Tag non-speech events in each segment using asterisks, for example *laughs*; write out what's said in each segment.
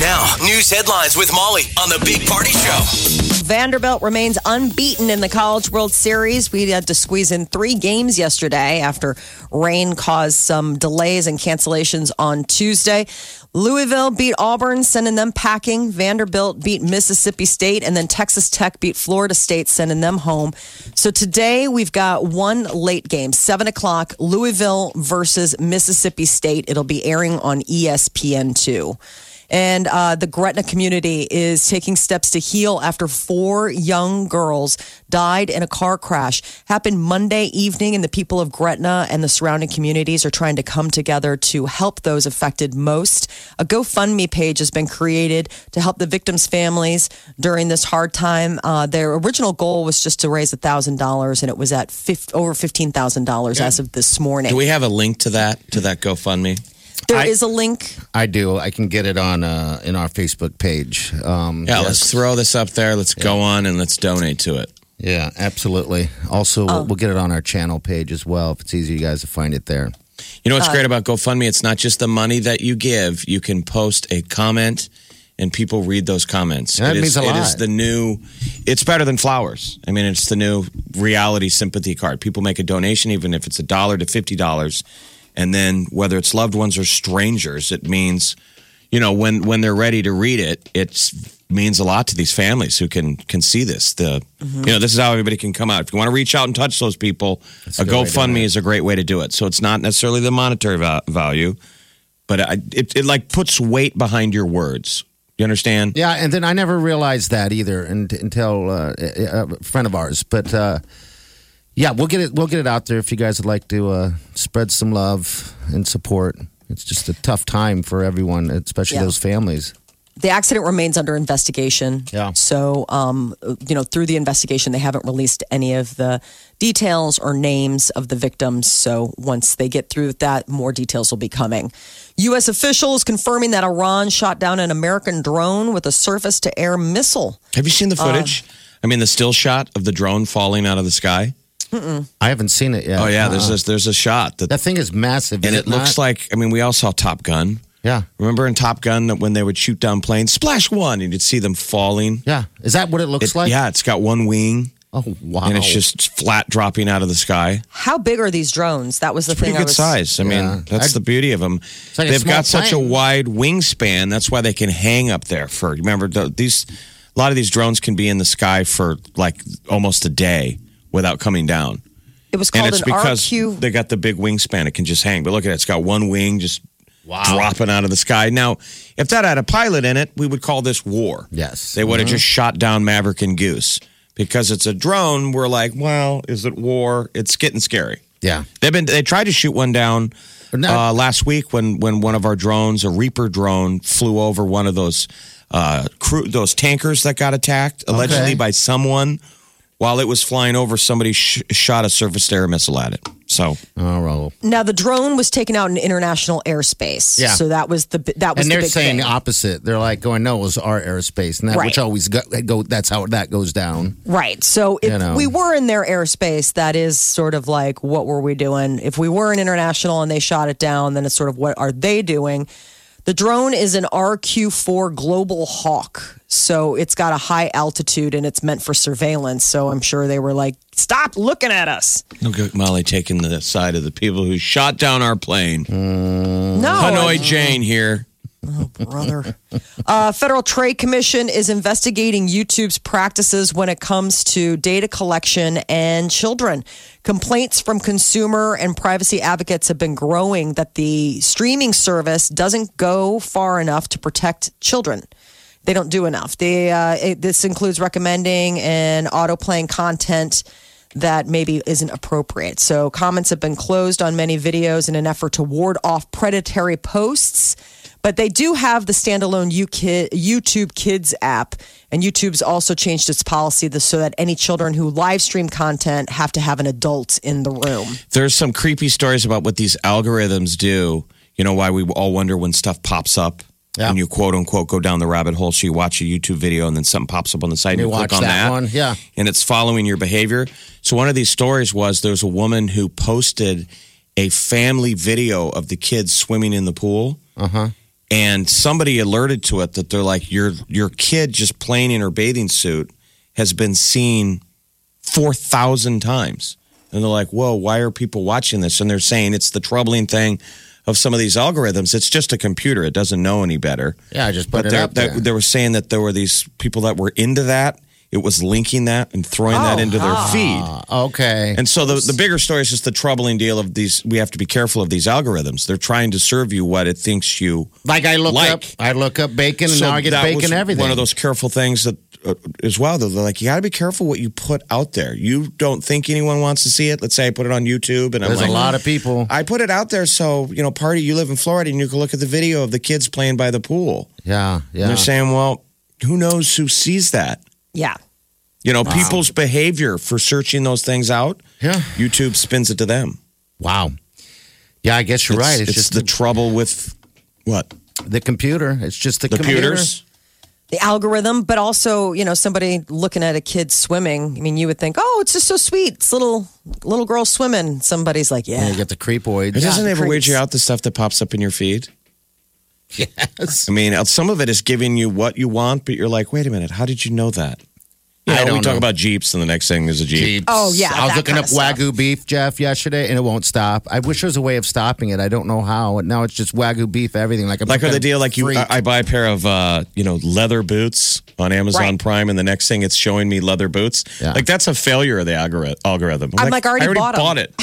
Now, news headlines with Molly on the Big Party Show. Vanderbilt remains unbeaten in the College World Series. We had to squeeze in three games yesterday after rain caused some delays and cancellations on Tuesday. Louisville beat Auburn, sending them packing. Vanderbilt beat Mississippi State, and then Texas Tech beat Florida State, sending them home. So today we've got one late game, 7 o'clock, Louisville versus Mississippi State. It'll be airing on E ESPN2. And uh, the Gretna community is taking steps to heal after four young girls died in a car crash. Happened Monday evening, and the people of Gretna and the surrounding communities are trying to come together to help those affected most. A GoFundMe page has been created to help the victims' families during this hard time. Uh, their original goal was just to raise $1,000, and it was at fif- over $15,000 as of this morning. Do we have a link to that to that GoFundMe? there I- is a link. I do. I can get it on uh, in our Facebook page. Um, Yeah, yes. let's throw this up there. Let's go on and let's donate to it. Yeah, absolutely. Also, we'll, we'll get it on our channel page as well if it's easier you guys to find it there. You know what's great about GoFundMe? It's not just the money that you give. You can post a comment, and people read those comments. That It is- means a It is lot. the new. It's better than flowers. I mean, it's the new reality sympathy card. People make a donation, even if it's a dollar to fifty dollars, and then whether it's loved ones or strangers, it means, you know, when when they're ready to read it, it means a lot to these families who can can see this. The Mm-hmm. you know, this is how everybody can come out. If you want to reach out and touch those people, a a good way to do GoFundMe is a great way to do it. So it's not necessarily the monetary va- value, but I, it it like puts weight behind your words. You understand? Yeah, and then I never realized that either and, until uh, a a friend of ours. But uh, yeah, we'll get it. We'll get it out there if you guys would like to uh, spread some love and support. It's just a tough time for everyone, especially Yeah. those families. the accident remains under investigation. Yeah. So, um, you know, through the investigation, they haven't released any of the details or names of the victims. So, once they get through with that, more details will be coming. U.S. officials confirming that Iran shot down an American drone with a surface to air missile. Have you seen the footage? I mean, the still shot of the drone falling out of the sky. I haven't seen it yet. Uh-huh. Oh yeah, there's a, there's a shot that, that thing is massive, and it, looks like. I mean, we all saw Top Gun. yeah, Remember in Top Gun that when they would shoot down planes, splash one, and you'd see them falling. yeah. Is that what it looks It- like? yeah, it's got one wing, Oh wow. and it's just flat dropping out of the sky. How big are these drones? That was the pretty thing. I good was, size. I Yeah. mean, that's the beauty of them. like a They've small got such a plane. wide wingspan. That's why they can hang up there for. Remember th- these. A lot of these drones can be in the sky for like almost a day without coming down. It was And called it's an because RQ. they got the big wingspan. It can just hang. But look at it. It's got one wing just dropping out of the sky. Now, if that had a pilot in it, we would call this war. Yes. They would Mm-hmm. have just shot down Maverick and Goose. Because it's a drone, we're like, well, is it war? It's getting scary. yeah. They've been they tried to shoot one down Now- uh, last week when when one of our drones, a Reaper drone, flew over one of those uh, crew those tankers that got attacked allegedly Okay. by someone. While it was flying over, somebody sh- shot a surface to air missile at it. So Oh, well. now the drone was taken out in international airspace. Yeah. So that was the bi- that was and the they're big saying thing. the opposite. They're like going, no, it was our airspace, and that, which Right. always go, go. That's how that goes down. Right. So if You know. we were in their airspace, that is sort of like what were we doing? If we were in international and they shot it down, then it's sort of what are they doing? The drone is an RQ4 Global Hawk. So it's got a high altitude and it's meant for surveillance. So I'm sure they were like, stop looking at us. look at Molly taking the side of the people who shot down our plane. Mm. No. Oh, Hanoi Jane here. brother. Uh, Federal Trade Commission is investigating YouTube's practices when it comes to data collection and children. Complaints from consumer and privacy advocates have been growing that the streaming service doesn't go far enough to protect children. They don't do enough. They, uh, it, this includes recommending and auto playing content that maybe isn't appropriate. So comments have been closed on many videos in an effort to ward off predatory posts. But they do have the standalone UKi- YouTube Kids app, and YouTube's also changed its policy to- so that any children who live stream content have to have an adult in the room. There's some creepy stories about what these algorithms do. You know why we all wonder when stuff pops up Yeah. and you quote unquote go down the rabbit hole. So you watch a YouTube video and then something pops up on the site and You you, watch click on that that, one, yeah. and it's following your behavior. So one of these stories was there's a woman who posted a family video of the kids swimming in the pool. Uh-huh. And somebody alerted to it that they're like your your kid just playing in her bathing suit has been seen 4,000 times. And they're like, "Whoa, why are people watching this?" And they're saying it's the troubling thing of some of these algorithms. It's just a computer; it doesn't know any better. Yeah, I just put But it they're- up that- there. they were saying that there were these people that were into that. It was linking that and throwing that into their feed. Uh, okay. And so the, the bigger story is just the troubling deal of these. We have to be careful of these algorithms. They're trying to serve you what it thinks you like I look like- up, I look up bacon, and so now I get that bacon was everything. One of those careful things that uh, as well. Though they're like, you got to be careful what you put out there. You don't think anyone wants to see it. Let's say I put it on YouTube, and There's I'm like, a lot of people. I put it out there so you know, party. You live in Florida, and you can look at the video of the kids playing by the pool. yeah, And yeah. they're saying, well, who knows who sees that? Yeah. You know, people's behavior for searching those things out. Yeah. YouTube spins it to them. Wow. Yeah, I guess you're It's- right. It's, it's just the the, trouble with what the computer. It's just the, the computer. computers. The algorithm, but also, you know, somebody looking at a kid swimming. I mean, you would think, oh, it's just so sweet. It's little little girl swimming. Somebody's like, And yeah. you get the creepoids. It doesn't the *laughs* ever weird creeps. you out the stuff that pops up in your feed. Yes. I mean, uh, some of it is giving you what you want, but you're like, wait a minute, how did you know that? You I know, we don't talk know. about Jeeps, and the next thing is a Jeep. Jeeps. Oh, yeah, I was that looking kinda up wagyu beef, Jeff, yesterday, and it won't stop. I wish there was a way of stopping it. I don't know how. And Now it's just wagyu beef, everything. Like, I'm Like some on the kind of deal, like you, freak. I, I buy a pair of uh, you know leather boots on Amazon Right. Prime, and the next thing it's showing me leather boots. Yeah. Like that's a failure of the algori- algorithm. I'm like, I already I already bought 'em. bought *laughs* it.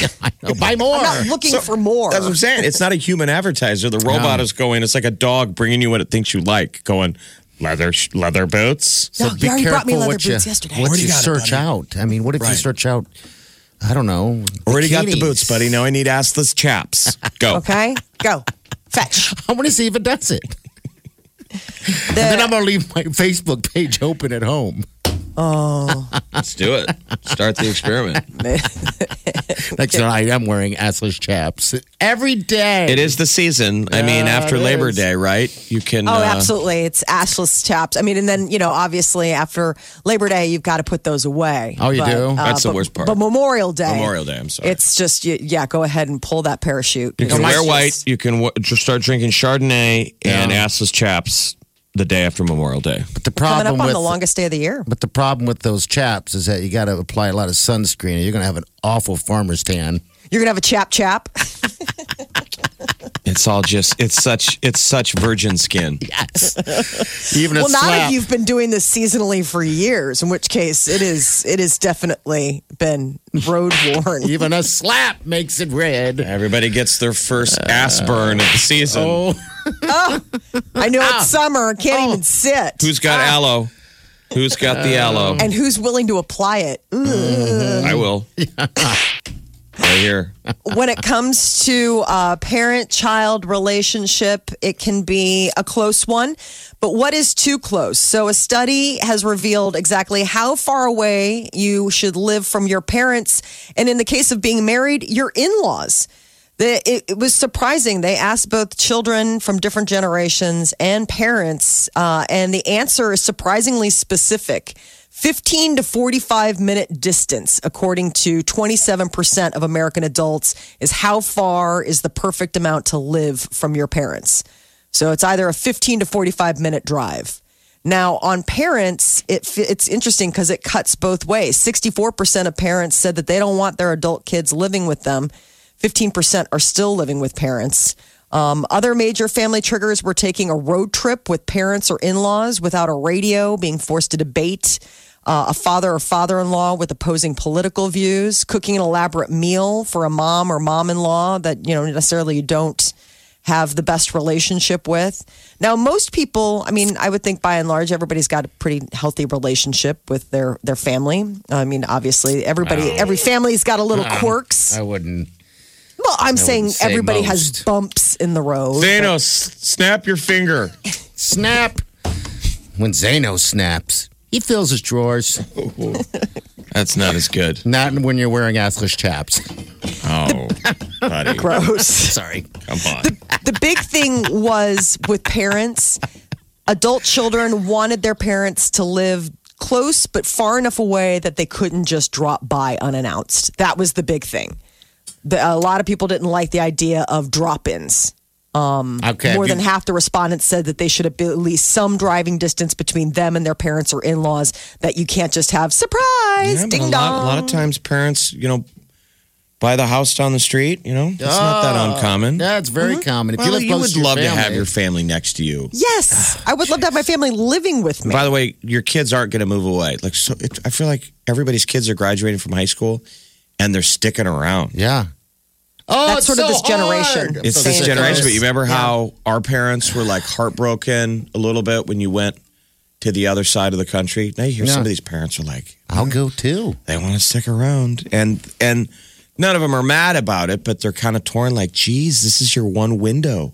Oh, buy more. I'm not looking for more. That's what I'm saying. It's not a human advertiser. The robot No. is going. It's like a dog bringing you what it thinks you like. Going leather sh- leather boots. So No, be you already careful brought me leather what you, boots yesterday. What Already you search out. I mean, what if you search out? I don't know. Already got the bikinis? boots, buddy. Now I need assless chaps. *laughs* Go. Okay, go. Fetch. I want to see if it does it. The- *laughs* And then I'm gonna leave my Facebook page open at home. Let's do it. Start the experiment. Next time I am wearing assless chaps every day. It is the season. I mean, Yeah, after it Labor is. Day, right? You can. *laughs* Oh, uh, absolutely. It's ashless chaps. I mean, and then, you know, obviously after Labor Day, you've got to put those away. Oh, you do? That's the but- worst part. But Memorial Day. Memorial Day, I'm sorry. It's just, y- yeah, go ahead and pull that parachute. You can It's wear just- white. You can w- just start drinking Chardonnay and assless chaps the day after Memorial Day. But the Coming problem up on with the longest day of the year. but the problem with those chaps is that you got to apply a lot of sunscreen. and You're gonna have an awful farmer's tan. You're going to have a chap chap. It's all just. It's such. It's such virgin skin. Even a well, not slap. if you've been doing this seasonally for years, in which case it is, it has definitely been road worn. even a slap makes *laughs* it red. Everybody gets their first ass burn of the season. Oh, I know it's summer. Can't even sit. Who's got aloe? Who's got the aloe? and who's willing to apply it? Mm, I *laughs* will. right here. when it comes to uh, parent child relationship, it can be a close one. But what is too close? So, a study has revealed exactly how far away you should live from your parents. And in the case of being married, your in laws. The, it, it was surprising. They asked both children from different generations and parents, uh, and the answer is surprisingly specific 15 to 45 minute distance, according to 27% of American adults, is how far is the perfect amount to live from your parents. So it's either a 15 to 45 minute drive. Now, on parents, it, f- it's interesting because it cuts both ways. 64% of parents said that they don't want their adult kids living with them. 15% are still living with parents. Um, other major family triggers were taking a road trip with parents or in laws without a radio, being forced to debate, uh, a father or father in law with opposing political views, cooking an elaborate meal for a mom or mom in law that, you know, necessarily you don't have the best relationship with. Now, most people, I mean, I would think by and large, everybody's got a pretty healthy relationship with their their family. I mean, obviously, everybody, every family's got a little quirks. I wouldn't. Well, I'm saying wouldn't say everybody has most. bumps in the road. Thanos, snap your finger. Snap. When Zeno snaps, he fills his drawers. That's not as *laughs* good. Not when you're wearing assless chaps. Oh, buddy. *laughs* Gross. Sorry. Come on. the big thing was with parents, adult children wanted their parents to live close but far enough away that they couldn't just drop by unannounced. That was the big thing. The, a lot of people didn't like the idea of drop ins. Okay. More have than you- half the respondents said that they should have at least some driving distance between them and their parents or in laws, that you can't just have surprise, Yeah, but ding dong. a lot, a lot of times parents, you know, buy the house down the street, you know, it's not that uncommon. Yeah, it's Ah, very Uh-huh. common. If Well, you live you close would to your love to family, have your family next to you. yes, I would love to have my family living with me. Ah, By the way, your kids aren't going to move away. Like, so it, I feel like everybody's kids are graduating from high school and they're sticking around. Yeah. Oh, That's sort of this generation. hard. It's So this they- generation, but you those- remember how our parents were like heartbroken a little bit when you went to the other side of the country? Now you hear Yeah. some of these parents are like, I'll go too. they want to stick around and and none of them are mad about it but they're kind of torn like geez this is your one window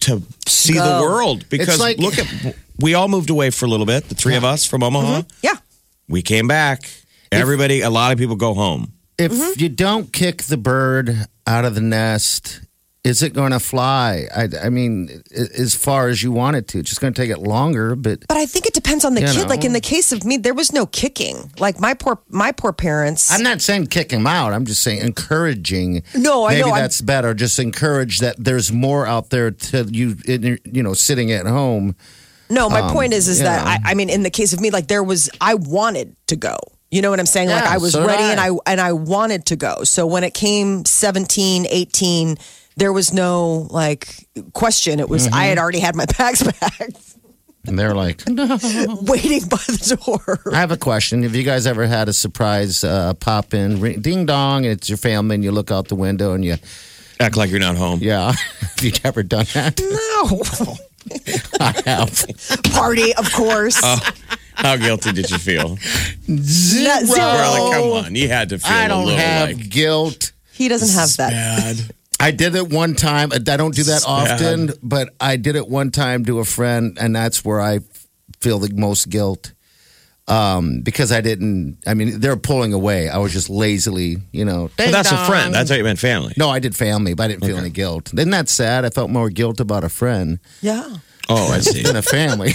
to see the world because like- look at we all moved away for a little bit the three of us from omaha Mm-hmm. Yeah. we came back everybody a lot of people go home If Mm-hmm. you don't kick the bird out of the nest, is it going to fly? I, I mean, i- as far as you want it to. It's just going to take it longer, but But I think it depends on the You kid. know. Like in the case of me, there was no kicking. Like my poor my poor parents. I'm not saying kick him out. I'm just saying encouraging. No, I Maybe know, I'm- that's better. Just encourage that there's more out there to you, in- you know, sitting at home. no, my point is is that um, yeah. I, I mean in the case of me, like there was I wanted to go. You know what I'm saying? like Yeah, I was so did ready I. and I and I wanted to go. So when it came 17, 18, there was no like question. It was Mm-hmm. I had already had my *laughs* bags packed And they're like, no. waiting by the door. I have a question. Have you guys ever had a surprise uh, pop in, ring, ding dong, and it's your family, and you look out the window and you, act like you're not home yeah, *laughs* have you ever done *laughs* that? No. I have. Party, of course. Uh, how guilty did you *laughs* feel Not We're like, zero. come on you had to feel Oh. I a don't little have like guilt. He doesn't have that. bad *laughs* I did it one time. I don't do that often, but I did it one time to a friend, and that's where I feel the most guilt um, because I didn't. I mean, they're pulling away. I was just lazily, you know. but that's a ding-dong. friend that's how you meant family No, I did family, but I didn't feel any guilt. Isn't that sad? I felt more guilt about a friend Yeah. oh i see *laughs* than a family.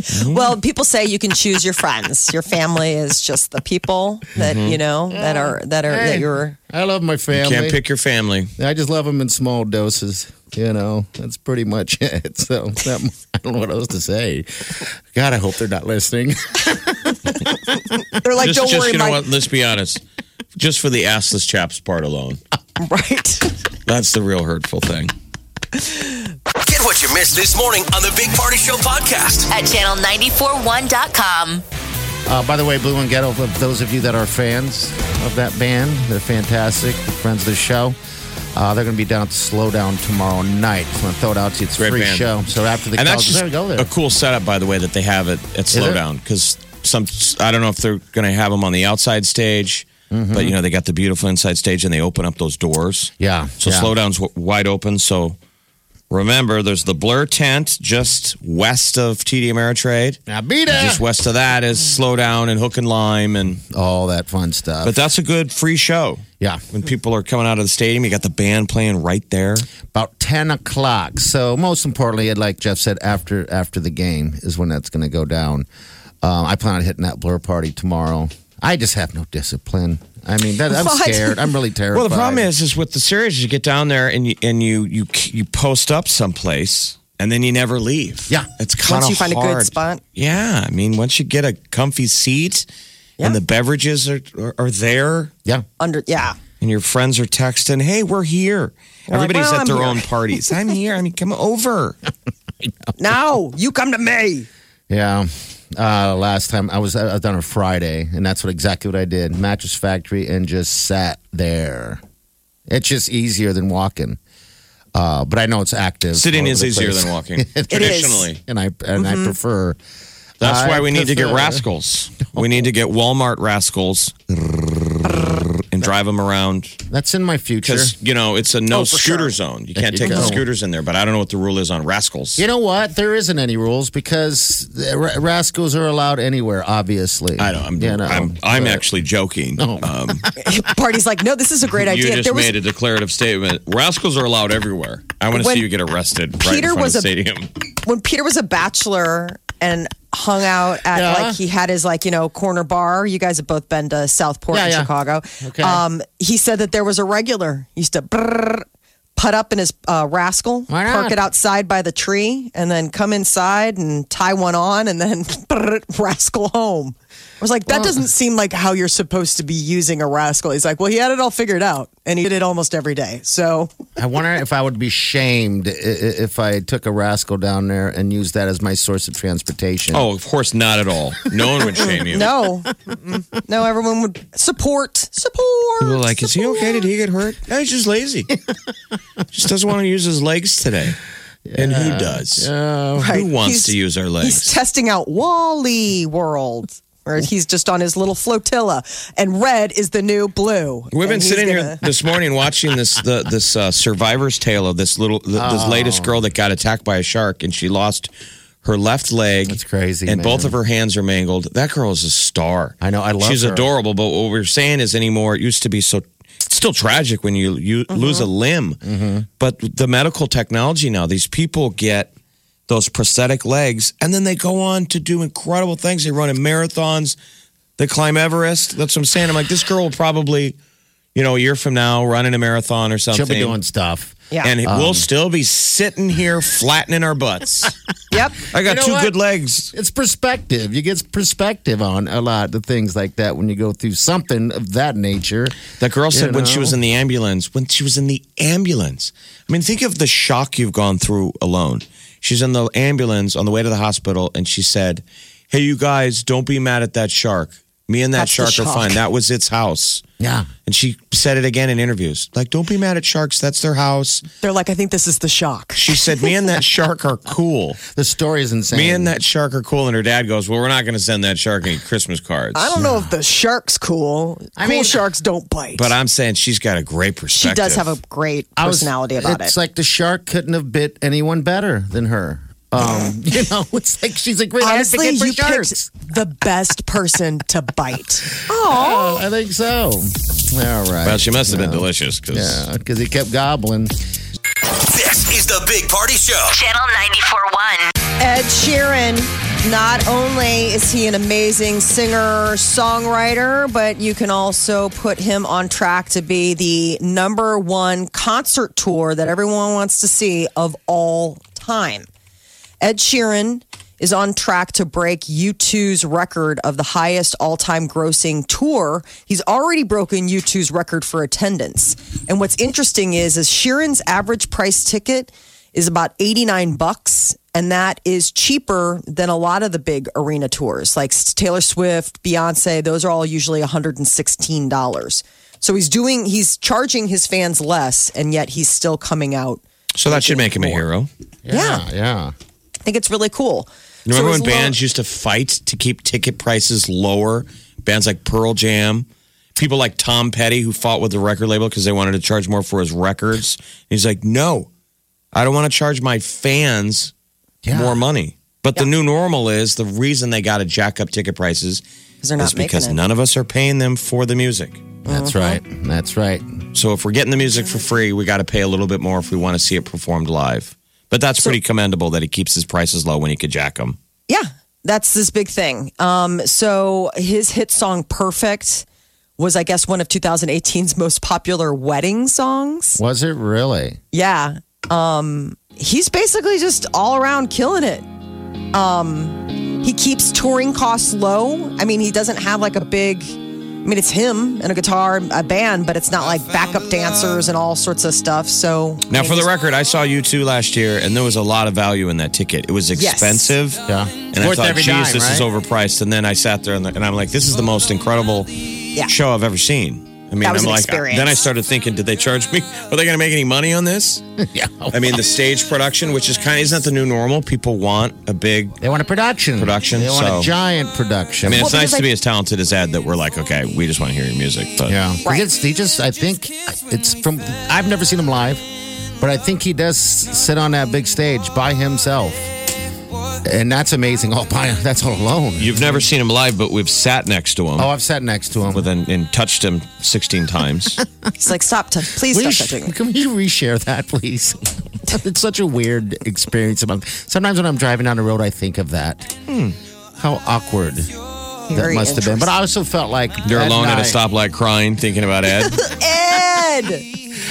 Mm-hmm. Well, people say you can choose your friends. Your family is just the people that Mm-hmm. you know that are that are that Hey. you're. I love my family. can't pick your family I just love them in small doses. You know, that's pretty much *laughs* it. So that, I don't know what else to say. God, I hope they're not listening. *laughs* They're like, just, don't just worry, you know Mike. what let's be honest just for the assless chaps part *laughs* alone Right? That's the real hurtful thing. Get what you missed this morning on the Big Party Show podcast. at channel941.com. Uh, by the way, Blue and Ghetto, for those of you that are fans of that band, they're fantastic. They're friends of the show. Uh, they're going to be down at Slowdown tomorrow night. So I'm going to throw it out to you. It's a Great free band. show. So after the And that's college, just there we go there. a cool setup, by the way, that they have at, at it? Slowdown. Because some, I don't know if they're going to have them on the outside stage, but you know they got the beautiful inside stage and they open up those doors. Mm-hmm. Yeah, So yeah. Slowdown's w- wide open. So remember, there's the Blur tent just west of TD Ameritrade. Now beat Just Eh. it. west of that is Mm. Slowdown and Hook and Lime, and All that fun stuff. but that's a good free show. yeah. When Hmm. people are coming out of the stadium, you got the band playing right there. about 10 o'clock so most importantly and like jeff said after after the game is when that's going to go down um, i plan on hitting that blur party tomorrow i just have no discipline i mean that, i'm What? scared i'm really terrified Well, the problem is, is with the series, you get down there and you and you you you post up someplace, and then you never leave. Yeah. it's kind of Once you find a good spot. Yeah, I mean, once you get a comfy seat, and Yeah. the beverages are, are are there, yeah Under yeah. and your friends are texting, "Hey, we're here." like, Everybody's "Well, at I'm their here." own parties. I'm here. I mean, come *laughs* over. No, you come to me. *laughs* yeah uh, last time i was i was done on friday and that's what exactly what i did mattress factory and just sat there it's just easier than walking uh, but i know it's active Sitting all is over easier the place. than *laughs* walking. Traditionally, and i and i prefer that's I why we need to get prefer- rascals. We need to get Walmart rascals. and drive them around That's in my future. because you know it's a no Oh, for scooter sure. zone. You can't you take the go. scooters in there. But I don't know what the rule is on rascals. You know what? There isn't any rules because the ra- rascals are allowed anywhere. Obviously, I don't. I'm You know, I'm, I'm but- actually *laughs* joking. Um, Party's like, no, this is a great you idea. just There was made a declarative statement. Rascals are allowed everywhere. I want to When see you get arrested right in Peter front was of a- the stadium. when Peter was a bachelor and hung out at Yeah. like he had his like you know corner bar. You guys have both been to Southport Yeah, in yeah. Chicago. Okay. Um, he said that there was a regular used to brrr, put up in his uh, rascal, Why not? park it outside by the tree, and then come inside and tie one on, and then *laughs* brrr, rascal home. I was like, that doesn't seem like how you're supposed to be using a rascal. He's like, well, he had it all figured out, and he did it almost every day. So I wonder if I would be shamed i- i- if I took a rascal down there and used that as my source of transportation. Oh, of course not at all. No one would shame *laughs* you. No, Mm-mm. no. Everyone would support, support. People are like, is he support." okay? Did he get hurt? No, he's just *laughs* lazy. just doesn't want to use his legs today. And who does? Right. Who wants He's- to use our He's legs? testing out Wally World, where he's just on his little flotilla, and red is the new blue. We've been And he's sitting here gonna- this morning watching this the, this uh, survivor's tale of this little th- this Oh. latest girl that got attacked by a shark and she lost her left leg. That's crazy, And both man. of her hands are mangled. That girl is a star. I know, I love She's her. adorable. But what we're saying is anymore. It used to be so. It's still tragic when you you Mm-hmm. lose a limb. But the medical technology now, these people get those prosthetic legs, and then they go on to do incredible things. They run in marathons. They climb Everest. That's what I'm saying. I'm like, this girl will probably, you know, a year from now, running a marathon or something. She'll be doing Um, stuff. Yeah. And we'll still be sitting here flattening our *laughs* butts. Yep. I got You know two what? good legs. It's perspective. You get perspective on a lot of things like that when you go through something of that nature. That girl said You when she know. was in the ambulance, when she was in the ambulance. I mean, think of the shock you've gone through alone. She's in the ambulance on the way to the hospital, and she said, Hey, you guys, don't be mad at that shark. Me and that That's the shark are shock. fine. That was its house. Yeah. And she said it again in interviews. Like, don't be mad at sharks. That's their house. They're like, I think this is the shock. She said, Me and that shark are cool. The story is insane. Me and that shark are cool. And her dad goes, Well, we're not going to send that shark any Christmas cards. I don't know if the shark's cool. I cool mean- sharks don't bite. but I'm saying she's got a great she perspective. does have a great I was- personality about it's it. like the shark couldn't have bit anyone better than her. Um, *laughs* you know, it's like she's a great Honestly, advocate for you sharks. picked the best person to bite. Oh, I think so. All right. Well, she must have been delicious because. Yeah, because he kept gobbling. This is the Big Party Show. Channel 94.1. Ed Sheeran. Not only is he an amazing singer songwriter, but you can also put him on track to be the number one concert tour that everyone wants to see of all time. Ed Sheeran is on track to break U2's record of the highest all time grossing tour. He's already broken U2's record for attendance. And what's interesting is, is Sheeran's average price ticket is about 89 bucks. And that is cheaper than a lot of the big arena tours, like Taylor Swift, Beyonce, those are all usually $116. So he's doing, he's charging his fans less, and yet he's still coming out. So that should make him a hero. Yeah, yeah. I think it's really cool. You remember So his when lo- bands used to fight to keep ticket prices lower? Bands like Pearl Jam, people like Tom Petty who fought with the record label because they wanted to charge more for his records. He's like, no, I don't want to charge my fans Yeah. more money. But the new normal is the reason they got to jack up ticket prices they're not is because making it. none of us are paying them for the music. That's Uh-huh. right. That's right. So if we're getting the music for free, we got to pay a little bit more if we want to see it performed live. But that's pretty commendable that he keeps his prices low when he could jack them. Yeah, that's this big thing. Um, so his hit song "Perfect" was, I guess, one of 2018's most popular wedding songs. Was it really? Yeah, um, he's basically just all around killing it. Um, he keeps touring costs low. I mean, he doesn't have like a big. I mean, it's him and a guitar, and a band, but it's not like backup dancers and all sorts of stuff. So Now, for the record, I saw you two last year, and there was a lot of value in that ticket. It was Yes. expensive. Yeah. And Worth I thought, every geez, dime, this is right?" overpriced. And then I sat there and, and I'm like, this is the most incredible show I've ever seen. I mean, That was I'm an like, experience. then I started thinking, did they charge me? Are they going to make any money on this? *laughs* yeah. I mean, the stage production, which is kind of isn't that the new normal. People want a big. they want a production. Production, They want so- a giant production. I mean, it's Well, nice because to I- be as talented as Ed that we're like, okay, we just want to hear your music. But Yeah, Right. He, gets, he just. I think it's from. I've never seen him live, but I think he does sit on that big stage by himself, and that's amazing. All by *laughs* that's all alone. you've never seen him live, but we've sat next to him oh, I've sat next to him. with an, and touched him 16 times. He's like, stop, touch please Will stop you sh- touching. me." can we reshare that, please? *laughs* it's such a weird experience. Among sometimes when I'm driving down the road, I think of that. Hmm. How awkward that Very must have been. But I also felt like You're that alone at a night- stoplight crying, thinking about Ed. *laughs* Ed,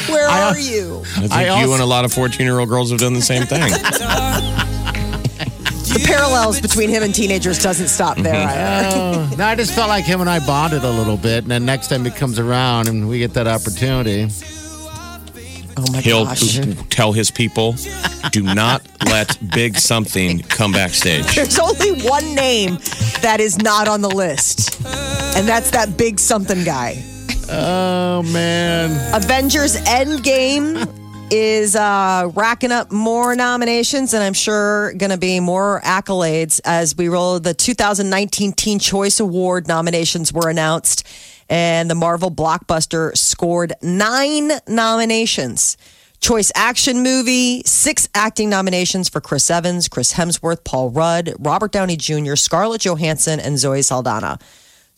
where I- are you? I think I you also- and a lot of 14 year old girls have done the same *laughs* thing. Oh, The parallels between him and teenagers doesn't stop there. either. Oh, no, I just felt like him and I bonded a little bit, and then next time he comes around and we get that opportunity. *laughs* Oh my He'll gosh. tell his people, do not let Big Something come backstage. There's only one name that is not on the list, and that's that big something guy. Oh man, Avengers Endgame is uh, racking up more nominations and I'm sure going to be more accolades as we roll. The 2019 Teen Choice Award nominations were announced, and the Marvel blockbuster scored nine nominations. Choice action movie, six acting nominations for Chris Evans, Chris Hemsworth, Paul Rudd, Robert Downey Jr., Scarlett Johansson, and Zoe Saldana.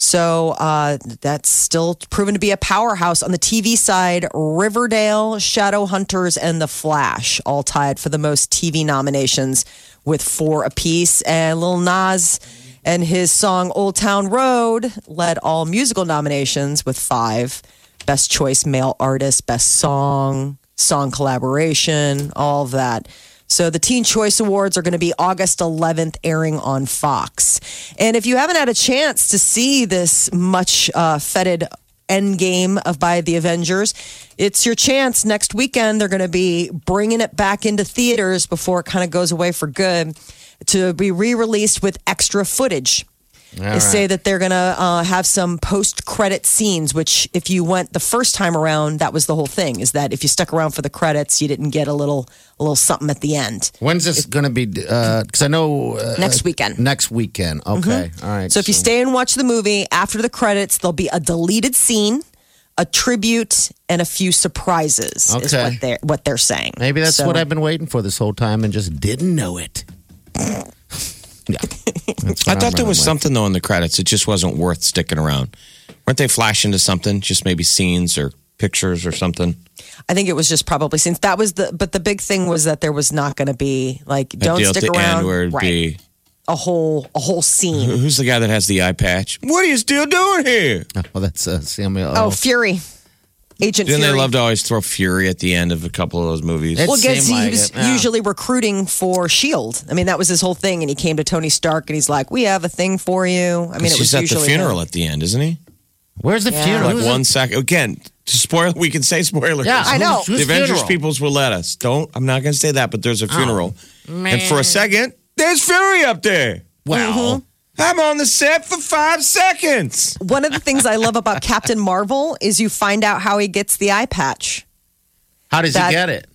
So uh, that's still proven to be a powerhouse on the TV side. Riverdale, Shadowhunters, and The Flash all tied for the most TV nominations with four apiece. And Lil Nas and his song Old Town Road led all musical nominations with five Best Choice Male Artist, Best Song, Song Collaboration, all of that. So the Teen Choice Awards are going to be August 11th, airing on Fox. And if you haven't had a chance to see this much uh, feted endgame of by the Avengers, it's your chance. Next weekend, they're going to be bringing it back into theaters before it kind of goes away for good to be re-released with extra footage. they say that they're going to uh, have some post-credit scenes, which if you went the first time around, that was the whole thing. Is that if you stuck around for the credits, you didn't get a little, a little something at the end. when's this going to be? Because I know uh, Next weekend. Mm-hmm. Next weekend. Okay. All right. So if you stay and watch the movie after the credits, there'll be a deleted scene, a tribute, and a few surprises. Is Okay. what they're what they're saying. maybe that's So- what I've been waiting for this whole time and just didn't know *laughs* it. yeah. That's I what thought there I'm was with. something, though, in the credits. It just wasn't worth sticking around. Weren't they flashing to something? Just maybe scenes or pictures or something? I think it was just probably since that was the but the big thing was that there was not going to be like A don't deal stick at the around end where it'd right be. a whole a whole scene. *laughs* Who's the guy that has the eye patch? What are you still doing here? Oh, that's uh, Samuel. Oh, Fury, Agent Didn't Fury. they love to always throw Fury at the end of a couple of those movies? It's- well, because he Seemed like was it, yeah. usually recruiting for Shield. I mean, that was his whole thing, and he came to Tony Stark, and he's like, "We have a thing for you." I mean, it was He's at the usually funeral him. at the end, isn't he? Where's the funeral? Like Who's one it? second. Again, to spoil, we can say spoiler. Yeah, I know. The Who's Avengers funeral? Oh, peoples will let us. Don't. I'm not going to say that, but there's a funeral, and for a second, there's Fury up there. Mm-hmm. Well, I'm on the set for five seconds. One of the things I love about Captain Marvel is you find out how he gets the eye patch. how does That- he get it?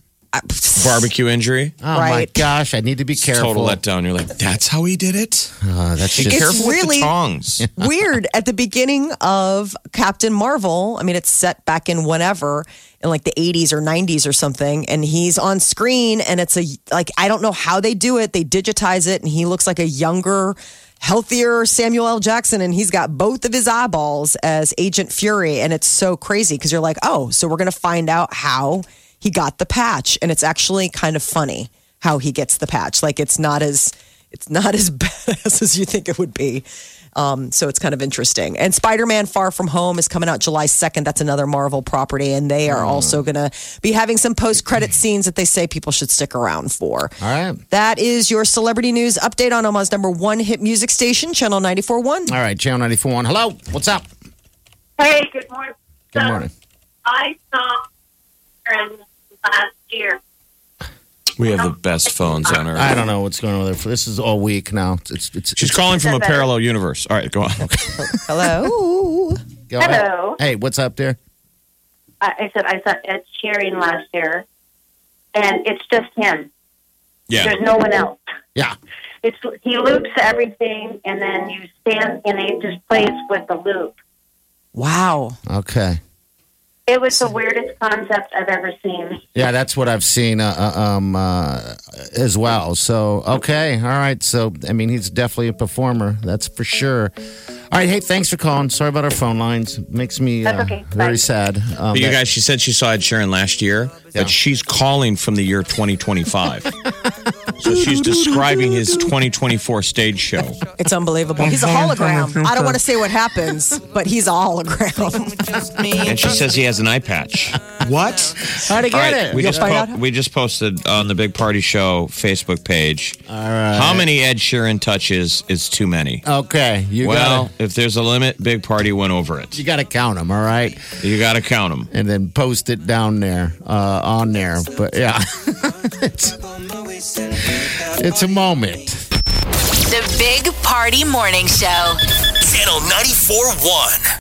Barbecue injury. Oh my Right. gosh! I need to be careful. Total letdown. You're like, that's how he did it. Oh, that's just It's Careful with really- the *laughs* tongs. *laughs* weird at the beginning of Captain Marvel. I mean, it's set back in whenever in like the 80s or 90s or something and he's on screen and it's a like I don't know how they do it. They digitize it and he looks like a younger healthier Samuel L. Jackson and he's got both of his eyeballs as Agent Fury and it's so crazy cuz you're like, "Oh, so we're going to find out how he got the patch." And it's actually kind of funny how he gets the patch. Like it's not as it's not as *laughs* badass as you think it would be. Um, so it's kind of interesting. And Spider Man Far From Home is coming out July 2nd. That's another Marvel property. And they Hmm. are also going to be having some post credit scenes that they say people should stick around for. All right. That is your celebrity news update on Omaha's number one hit music station, Channel 94.1. All right, Channel 94. Hello, what's up? Hey, good morning. Good So, morning. I saw Karen last year. We have the best phones on earth. I don't know what's going on there. This is all week now. It's it's. She's calling from a parallel universe. All right, go on. *laughs* Hello. go ahead. Hello. Hey, what's up there? I I said I saw Ed Sheeran last year, and it's just him. Yeah. There's no one else. Yeah. It's he loops everything, and then you stand and it just plays with the loop. *laughs* Wow. Okay. It was the weirdest concept I've ever seen. Yeah, that's what I've seen uh, uh, um, uh, as well. So, okay. All right. So, I mean, he's definitely a performer. That's for sure. All right. Hey, thanks for calling. Sorry about our phone lines. Makes me uh, That's okay. very Bye. sad. Um, But you that- guys, she said she saw Ed Sheeran last year, Yeah. but she's calling from the year 2025. so she's describing his 2024 stage show. It's unbelievable. He's a hologram. I don't want to say what happens, but he's a hologram. And she says he has an eye *laughs* patch. What? How'd I All get right, it? we You'll just find po- out. we just posted on the Big Party Show Facebook page. All right. How many Ed Sheeran touches is too many? Okay. You well, gotta, if there's a limit, Big Party went over it. you got to count them. All right. You got to count them. and then post it down there uh, on there. But yeah, *laughs* it's it's a moment. The Big Party Morning Show. Channel 94 1.